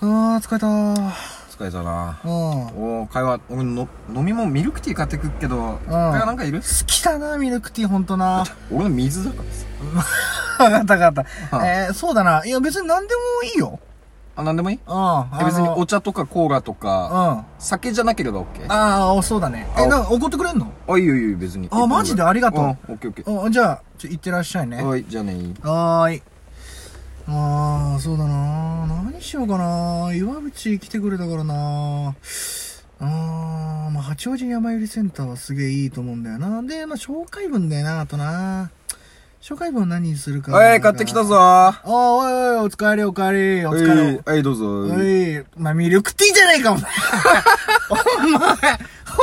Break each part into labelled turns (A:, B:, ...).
A: あー疲れたー
B: 疲れたな
A: うん好
B: おー会話俺の飲み物ミルクティー買ってくっけど会話なんかいる
A: きだなミルクティーほんとな
B: 俺の水だからさ
A: わかったわかっ
B: うん
A: たえー、そうだないや別に何でもいいよ
B: あ何でもいい
A: うんあ
B: え
A: の
B: 別にお茶とかコーラと
A: うん
B: か
A: あ
B: 酒じゃなければ OK
A: あおそうだねえ
B: あ
A: なんか怒ってくれんの
B: あいいよいいよ別に
A: あマジでありがとう
B: うん OKOK
A: うんじゃあちょ行ってらっしゃいね
B: はいじゃあね
A: はーい。まあ、そうだな何しようかな岩淵来てくれたからなあー、まあ、八王子山寄りセンターはすげえいいと思うんだよな。で、まあ、紹介文だよなあとな紹介文何にするか。
B: はい買ってきたぞー
A: あー。おいおい、お疲れお帰り、お疲れ。
B: はいはいどうぞ
A: おい、まあ、ミルクティーじゃねえか、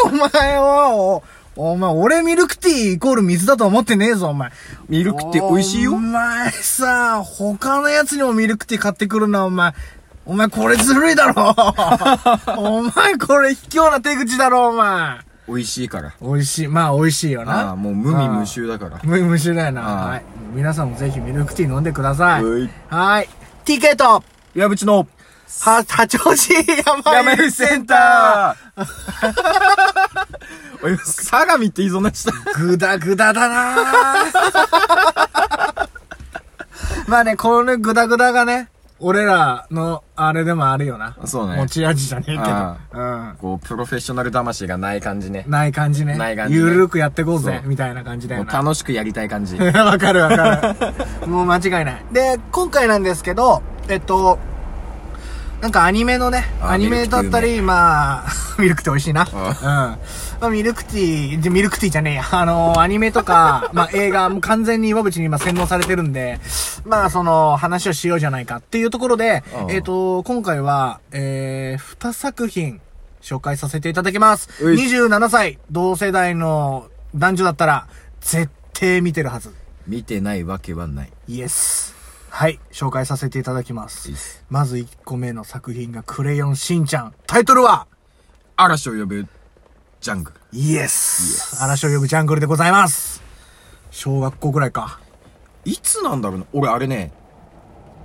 A: お前。お前、お前は、お、お前、俺ミルクティーイコール水だと思ってねえぞ、お前。
B: ミルクティー美味しいよ
A: お前さ、他のやつにもミルクティー買ってくるな、お前。お前これずるいだ ろお前これ卑怯な手口だろ、お前。
B: 美味しいから
A: 美味しい。まあ美味しいよな。
B: ああもう無味無臭だから
A: 無無臭だよな。
B: ああ
A: はい。皆さんもぜひミルクティー飲んでください。
B: はい
A: はい。ティケットは、
B: 矢口の
A: 八王子
B: や
A: 山
B: め
A: 寄り
B: る
A: セ
B: セ
A: ン
B: ン
A: ター
B: タ ー俺、相模って言いそうになっちゃった。
A: ぐだぐだだ なぁまあね、このぐだぐだがね、俺らのあれでもあるよな。
B: そうね
A: 持ち味じゃねえけど。
B: あ
A: うん。
B: こう、プロフェッショナル魂がない感じね。
A: ない感じね。
B: ない感じね
A: ゆるくやってこうぜ、
B: そう
A: みたいな感じだ
B: も
A: よ
B: う
A: な。
B: 楽しくやりたい感 じ。
A: わかるわかる。もう間違いない。で、今回なんですけど、えっと、なんかアニメのね、
B: あ
A: アニメだったり、まあ、 ミルクティー美味しいな。うん。まあ、ミルクティー、じゃミルクティーじゃねえや。あのー、アニメとか、 まあ映画、もう完全に岩渕に今洗脳されてるんで、まあその、話をしようじゃないかっていうところで
B: う、ん
A: えっと、今回は、えー、二作品、紹介させていただきます。
B: うい
A: 27歳、同世代の男女だったら、絶対見てるはず。
B: 見てないわけはない。
A: イエス。はい、紹介させていただきます。まず1個目の作品がクレヨンしんちゃん。タイトルは
B: 嵐を呼ぶ、ジャングル。
A: イエス。嵐を呼ぶジャングルでございます。小学校ぐらいか。
B: いつなんだろうな俺、あれね、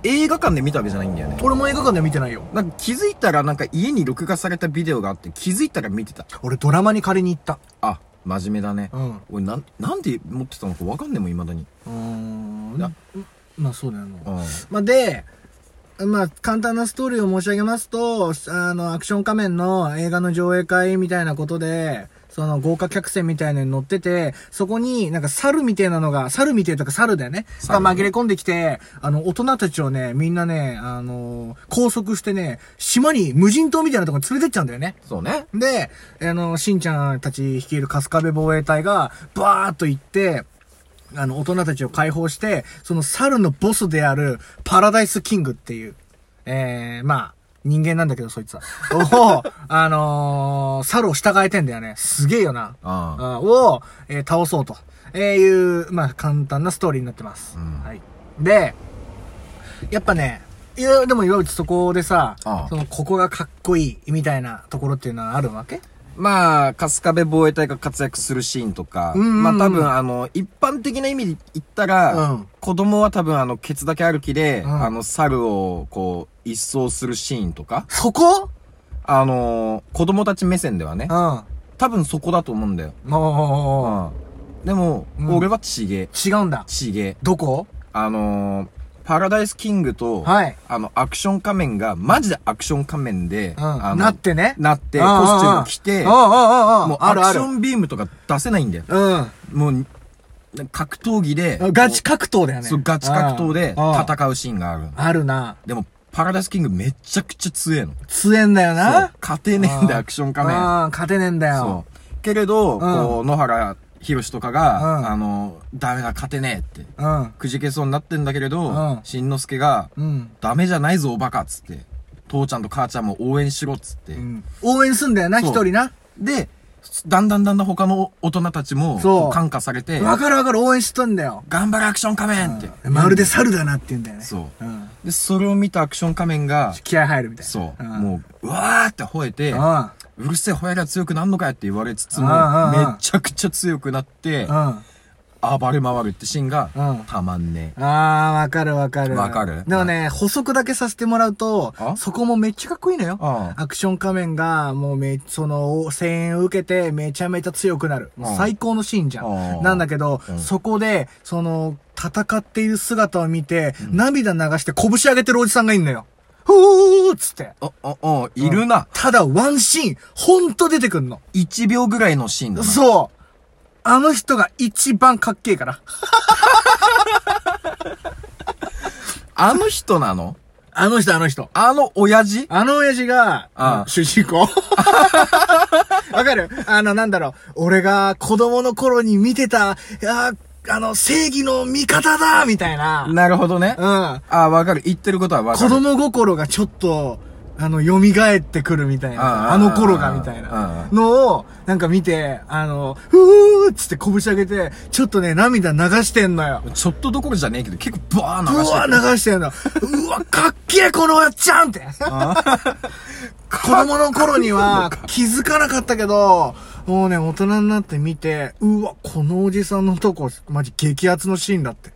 B: 映画館で見たわけじゃないんだよね。
A: 俺も映画館で見てないよ。
B: なんか気づいたら、なんか家に録画されたビデオがあって、気づいたら見てた。
A: 俺ドラマに借りに行った。
B: あ、真面目だね。
A: うん
B: 俺、なん、なんで持ってたのかわかんねえもん、未だに。
A: うーん
B: な
A: まあそうだよな。
B: うん。
A: まあ、で、まあ、簡単なストーリーを申し上げますと、あの、アクション仮面の映画の上映会みたいなことで、その豪華客船みたいのに乗ってて、そこになんか猿みたいなのが、猿みたいとか猿だよね。が
B: 猿
A: 紛れ込んできて、あの、大人たちをね、みんなね、あの、拘束してね、島に無人島みたいなところに連れてっちゃうんだよね。
B: そうね。
A: で、あの、しんちゃんたち率いる春日部防衛隊が、バーっと行って、あの、大人たちを解放して、その猿のボスである、パラダイスキングっていう、えー、まあ、人間なんだけど、そいつは。を、あのー猿を従えてんだよね。すげえよな。
B: ああ
A: あを、えー倒そうと、えーいう、まあ、簡単なストーリーになってます。
B: うん
A: はい。で、やっぱね、いや、でも岩内そこでさ、
B: ああ
A: その、ここがかっこいい、みたいなところっていうのはあるわけ
B: まあ、春日部防衛隊が活躍するシーンとか、
A: うんうんうん
B: まあ多分あの、一般的な意味で言ったら、
A: うん
B: 子供は多分あの、ケツだけ歩きで、
A: うん
B: あの、猿をこう、一掃するシーンとか、
A: そこ
B: あの子供たち目線ではね
A: うん。、も
B: 多分そこだと思うんだよ。
A: うもうもう、
B: うんでも、
A: うん
B: 俺はちげ、
A: 違うんだ。
B: ちげ。
A: どこ
B: あのーパラダイスキングと、
A: はい
B: あの、アクション仮面が、マジでアクション仮面で、
A: うん。
B: あの
A: なってね。
B: なって、
A: う
B: コ
A: んうんうん
B: スチューム着て、
A: うんうんうんうん。
B: もう
A: あ
B: ア
A: る
B: ク
A: あ
B: シ
A: る。
B: ョンビームとか出せないんだよ。
A: う
B: もうに、格闘技で、
A: ん。ガチ格闘だよ
B: こう
A: ね。
B: そう、ガチ格闘で
A: うんうん
B: 戦うシーンがある。
A: あるな。
B: でも、パラダイスキングめちゃくちゃ強えの。
A: 強えんだよ
B: そう
A: な。
B: 勝てねえんだよ、アクション仮面。
A: うん、勝てねえんだよ
B: そ。う。けれど、
A: ん
B: こう、野原宏とか
A: うん
B: が、あの、ダメだ、勝てねえって。
A: うん。
B: くじけそうになってんだけれ
A: うん
B: ど、しんのすけが、
A: うん。
B: ダメじゃないぞ、おバカっつって。父ちゃんと母ちゃんも応援しろっつって。
A: 応援すんだよな、
B: そう
A: 一人な。
B: で、だんだんだんだん他の大人たちも、
A: そう
B: こう感化されて、
A: わかるわかる、応援しとんだよ。
B: 頑張れアクション仮面って。
A: まるで猿だなって言うんだよね。。
B: そう
A: ん。
B: で、それを見たアクション仮面が、
A: 気合入るみたいな。
B: そう、
A: ん
B: もう、うわーって吠えて、
A: うん。
B: うるせえ吠えりゃ強くなんのかよって言われつつも
A: うんうんうん、
B: めちゃくちゃ強くなって、
A: うん。
B: 暴れ回るってシーンが
A: うん、
B: たまんね
A: あ
B: え。
A: ー、わかるわかる。
B: わかる
A: でもね、補足だけさせてもらうと
B: あ、
A: そこもめっちゃかっこいいのよ。
B: ああ
A: アクション仮面が、もうめ、その、声援を受けてめちゃめちゃ強くなる。
B: うん
A: 最高のシーンじゃ
B: うん
A: ん。なんだけど、
B: うん
A: そこで、その、戦っている姿を見て、涙流して拳上げてるおじさんがいんのよ。ふーっつって。
B: あ、あ、あ、いるな。
A: ただ、ワンシーン、ほんと出てくんの。
B: 1秒ぐらいのシーンだな。
A: そう。あの人が一番かっけえから。
B: あの人なの
A: あの人、あの人。
B: あの親父
A: あの親父が、
B: ああ
A: 主人 公わかるあの、なんだろう。俺が子供の頃に見てた、あーあの、正義の味方だみたいな。
B: なるほどね。あ
A: うん。
B: あ、わかる。言ってることはわか
A: 子
B: る。
A: 供心がちょっと、あの、蘇ってくるみたいな。
B: ああ
A: あの頃がみたい
B: あ
A: な
B: あ。
A: のを、なんか見て、あの、ふーっつって拳上げて、ちょっとね、涙流してんのよ。
B: ちょっとどころじゃねえけど、結構バー
A: う
B: 流して
A: わ、
B: る。
A: 流してんの。うわ、かっけえ、このおっちゃんって。子供の頃には気づかなかったけど、もうね、大人になって見て、うわ、このおじさんのとこ、マジ激アツのシーンだって。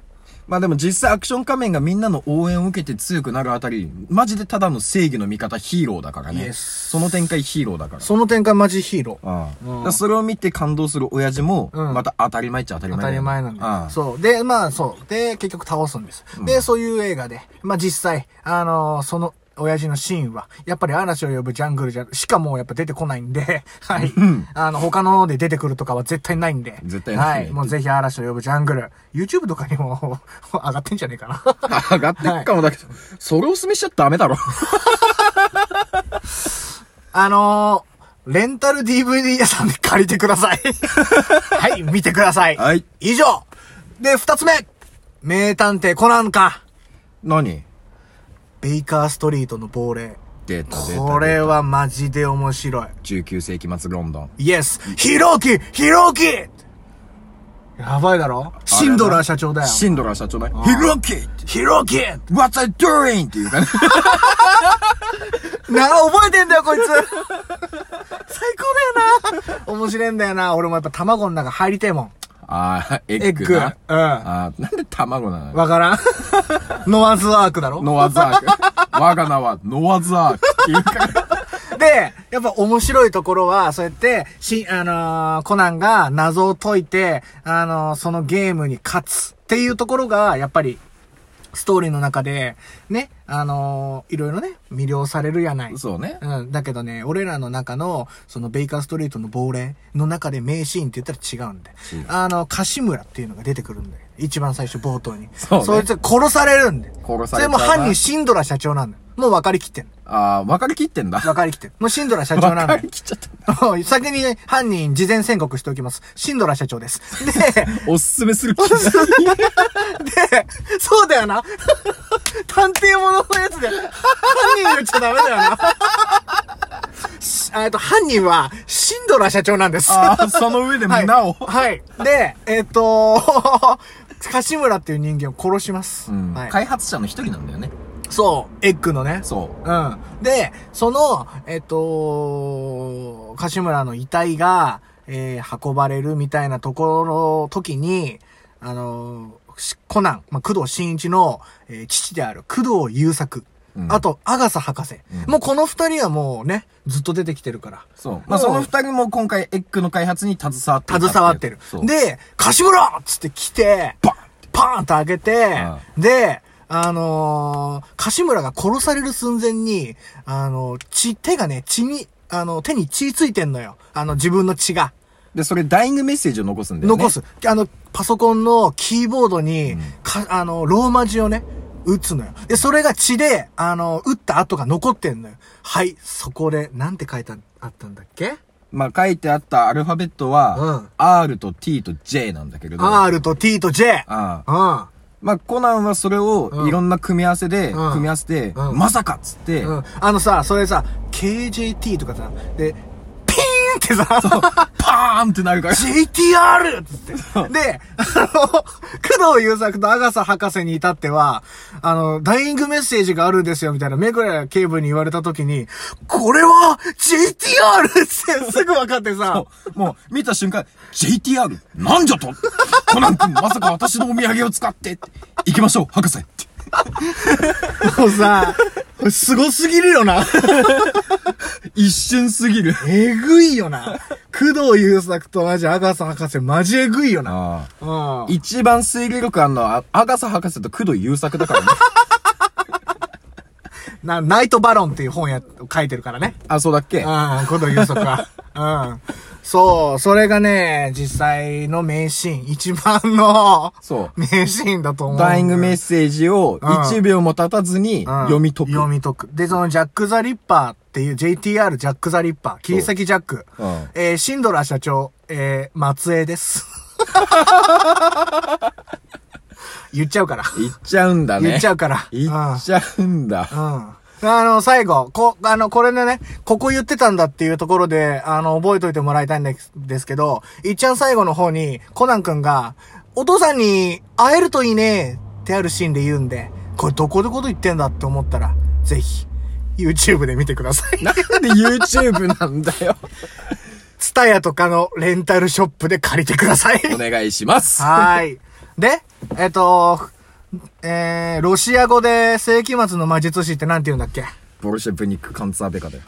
B: まあでも実際アクション仮面がみんなの応援を受けて強くなるあたり、マジでただの正義の味方ヒーローだから
A: イエ
B: ね。
A: ス
B: その展開ヒーローだから。
A: その展開マジヒーロー。
B: ああ
A: うん
B: だからそれを見て感動する親父も、
A: うん
B: また当たり前っちゃ当たり
A: 当
B: 前
A: たり前なん
B: あ
A: だ
B: あ
A: よ。そう。で、まあそう。で、結局倒すんです。で、そういう映画で、まあ実際、あのーその、親父のシーンは、やっぱり嵐を呼ぶジャングルじゃ、しかもうやっぱ出てこないんで、 はい。あの、他ので出てくるとかは絶対ないんで。
B: 絶対ない
A: はい。もうぜひ嵐を呼ぶジャングル。YouTube とかにも 上がってんじゃねえかな。
B: 上がってっかもだけど、それをお勧めしちゃダメだろ。
A: あのー、レンタル DVD 屋さんで借りてくだ さい。はい、見てください。
B: はい。
A: 以上で、二つ目名探偵コナンか
B: 何
A: ベイカーストリートの亡霊。
B: 出た出た。
A: これはマジで面白い。
B: 19世紀末ロンドン。
A: イエスヒロキヒロキやばいだろシンドラー社長だよ。
B: シンドラー社長だよ。ヒロキ
A: ヒロキ
B: !What's I doing? っていう かね。
A: なあ、覚えてんだよ、こいつ 最高だよな面白いんだよな俺もやっぱ卵の中入りてえもん。
B: ああ、エ
A: エ
B: ッ
A: ッ
B: グ
A: グ。う
B: な。
A: ん。
B: あーなんで卵なの
A: わからん ノアズアークだろ
B: ノアズアーク。 我が名はノアズアークっていうか。
A: で、やっぱ面白いところは、そうやって、し、あのーコナンが謎を解いて、あのーそのゲームに勝つっていうところが、やっぱり、ストーリーの中で、ね、あのーいろいろね、魅了されるやない。
B: そうね。
A: うん。だけどね、俺らの中の、そのベイカーストリートの亡霊の中で名シーンって言ったら違うんで
B: 違う。
A: あの、カシムラっていうのが出てくるんだよ。一番最初冒頭に。
B: そうね
A: そいつ殺されるんで。
B: 殺さ
A: それ
B: れちゃうな
A: も犯人シンドラ社長なんだよ。もう分かりきってんの。
B: ああ、分かり きってんだ。
A: 分かりきってんの。もうシンドラ社長なんだ
B: 分か
A: よ
B: り。きっちゃった。
A: もう 先に犯人事前宣告しておきます。シンドラ社長です。で、
B: おすす めする気ない
A: で、そうだよな。探偵もののやつで、犯人言っちゃダメだよな。しえっと、犯人は、シンドラ社長なんです。
B: あーその上でも
A: はい
B: なお。
A: はい。で、えっ、と、 柏村っていう人間を殺します。
B: うん
A: はい、
B: 開発者の一人なんだよね。
A: そう、エッグのね。
B: そう。
A: うん。で、その、えっと、柏村の遺体が、えー運ばれるみたいなところ、時に、あのーしコナン、まあ、工藤新一の、えー父である工藤優作、
B: うん
A: あと、アガサ博士。
B: うん
A: もうこの二人はもうね、ずっと出てきてるから。
B: そう。まあ、その二人も今回、エッグの開発に携わって
A: 携わってる。
B: で、
A: で、柏村っつって来て、
B: バンって
A: パーンと開けて、で、あのー、柏村が殺される寸前に、あのー血、手がね、血に、あの、手に血ついてんのよ。あの、自分の血が。
B: で、それ、ダイイングメッセージを残すんだよね。
A: 残す。。あの、パソコンのキーボードに、か、あの、ローマ字をね、打つのよ。で、それが血で、あの、打った跡が残ってんのよ。はい、そこで、なんて書いてあったんだっけ
B: まあ、書いてあったアルファベット
A: う
B: は
A: ん、
B: R と T と J なんだけれど。あ
A: ?R と T と J。
B: あ。
A: うん。
B: まあ、コナンはそれを、
A: うん
B: いろんな組み合わせで、
A: うん
B: 組み合わせて、
A: うん
B: まさかっつって、
A: うん、あのさ、それさ、KJT とかさ、で、ピーンってさ、
B: パーンってなるから。
A: JTR! っつって。で、あの、工藤優作と阿笠博士に至っては、あの、ダイイングメッセージがあるんですよ、みたいな、目倉警部に言われた時に、これは JTR! ってすぐ分かってさ、
B: もう、見た瞬間、JTR! なんじゃとコナン君、まさか私のお土産を使ってって行きましょう、博士って
A: もうさ、すごすぎるよな。
B: 一瞬すぎる。
A: えぐいよな。工藤優作とマジ阿笠博士、マジえぐいよな。
B: ああ。
A: うん。
B: 一番推理力あんのは、アガサ博士と工藤優作だからね。
A: な、ナイトバロンっていう本や、書いてるからね。
B: あ、そうだっけ
A: うん、工藤優作は。うん。そう、それがね、実際の名シーン、一番の、
B: そう
A: 名シーンだと思う。
B: ダイイングメッセージを1秒も経たずに
A: うん
B: 読み解く。
A: 読み解く。で、そのジャック・ザ・リッパーっていう、JTR ジャック・ザ・リッパー、切り裂きジャック、
B: うん
A: えーシンドラー社長、えー、松江 です。言っちゃうから。
B: 言っちゃうんだね。
A: 言っちゃうから。
B: 言っちゃうんだ。
A: うん。あの、最後、こ、あの、これでね、ここ言ってたんだっていうところで、あの、覚えといてもらいたいんですですけど、いっちゃん最後の方に、コナンくんが、お父さんに会えるといいねってあるシーンで言うんで、これどこでこと言ってんだって思ったら、ぜひ、YouTube で見てください。
B: なんで YouTube なんだよ。
A: ツタヤとかのレンタルショップで借りてください。
B: お願いします。
A: はーい。で、えっと、えー、ロシア語で世紀末の魔術師ってなんて言うんだっけ
B: ボルシェブニック・カンツァーベカだよ。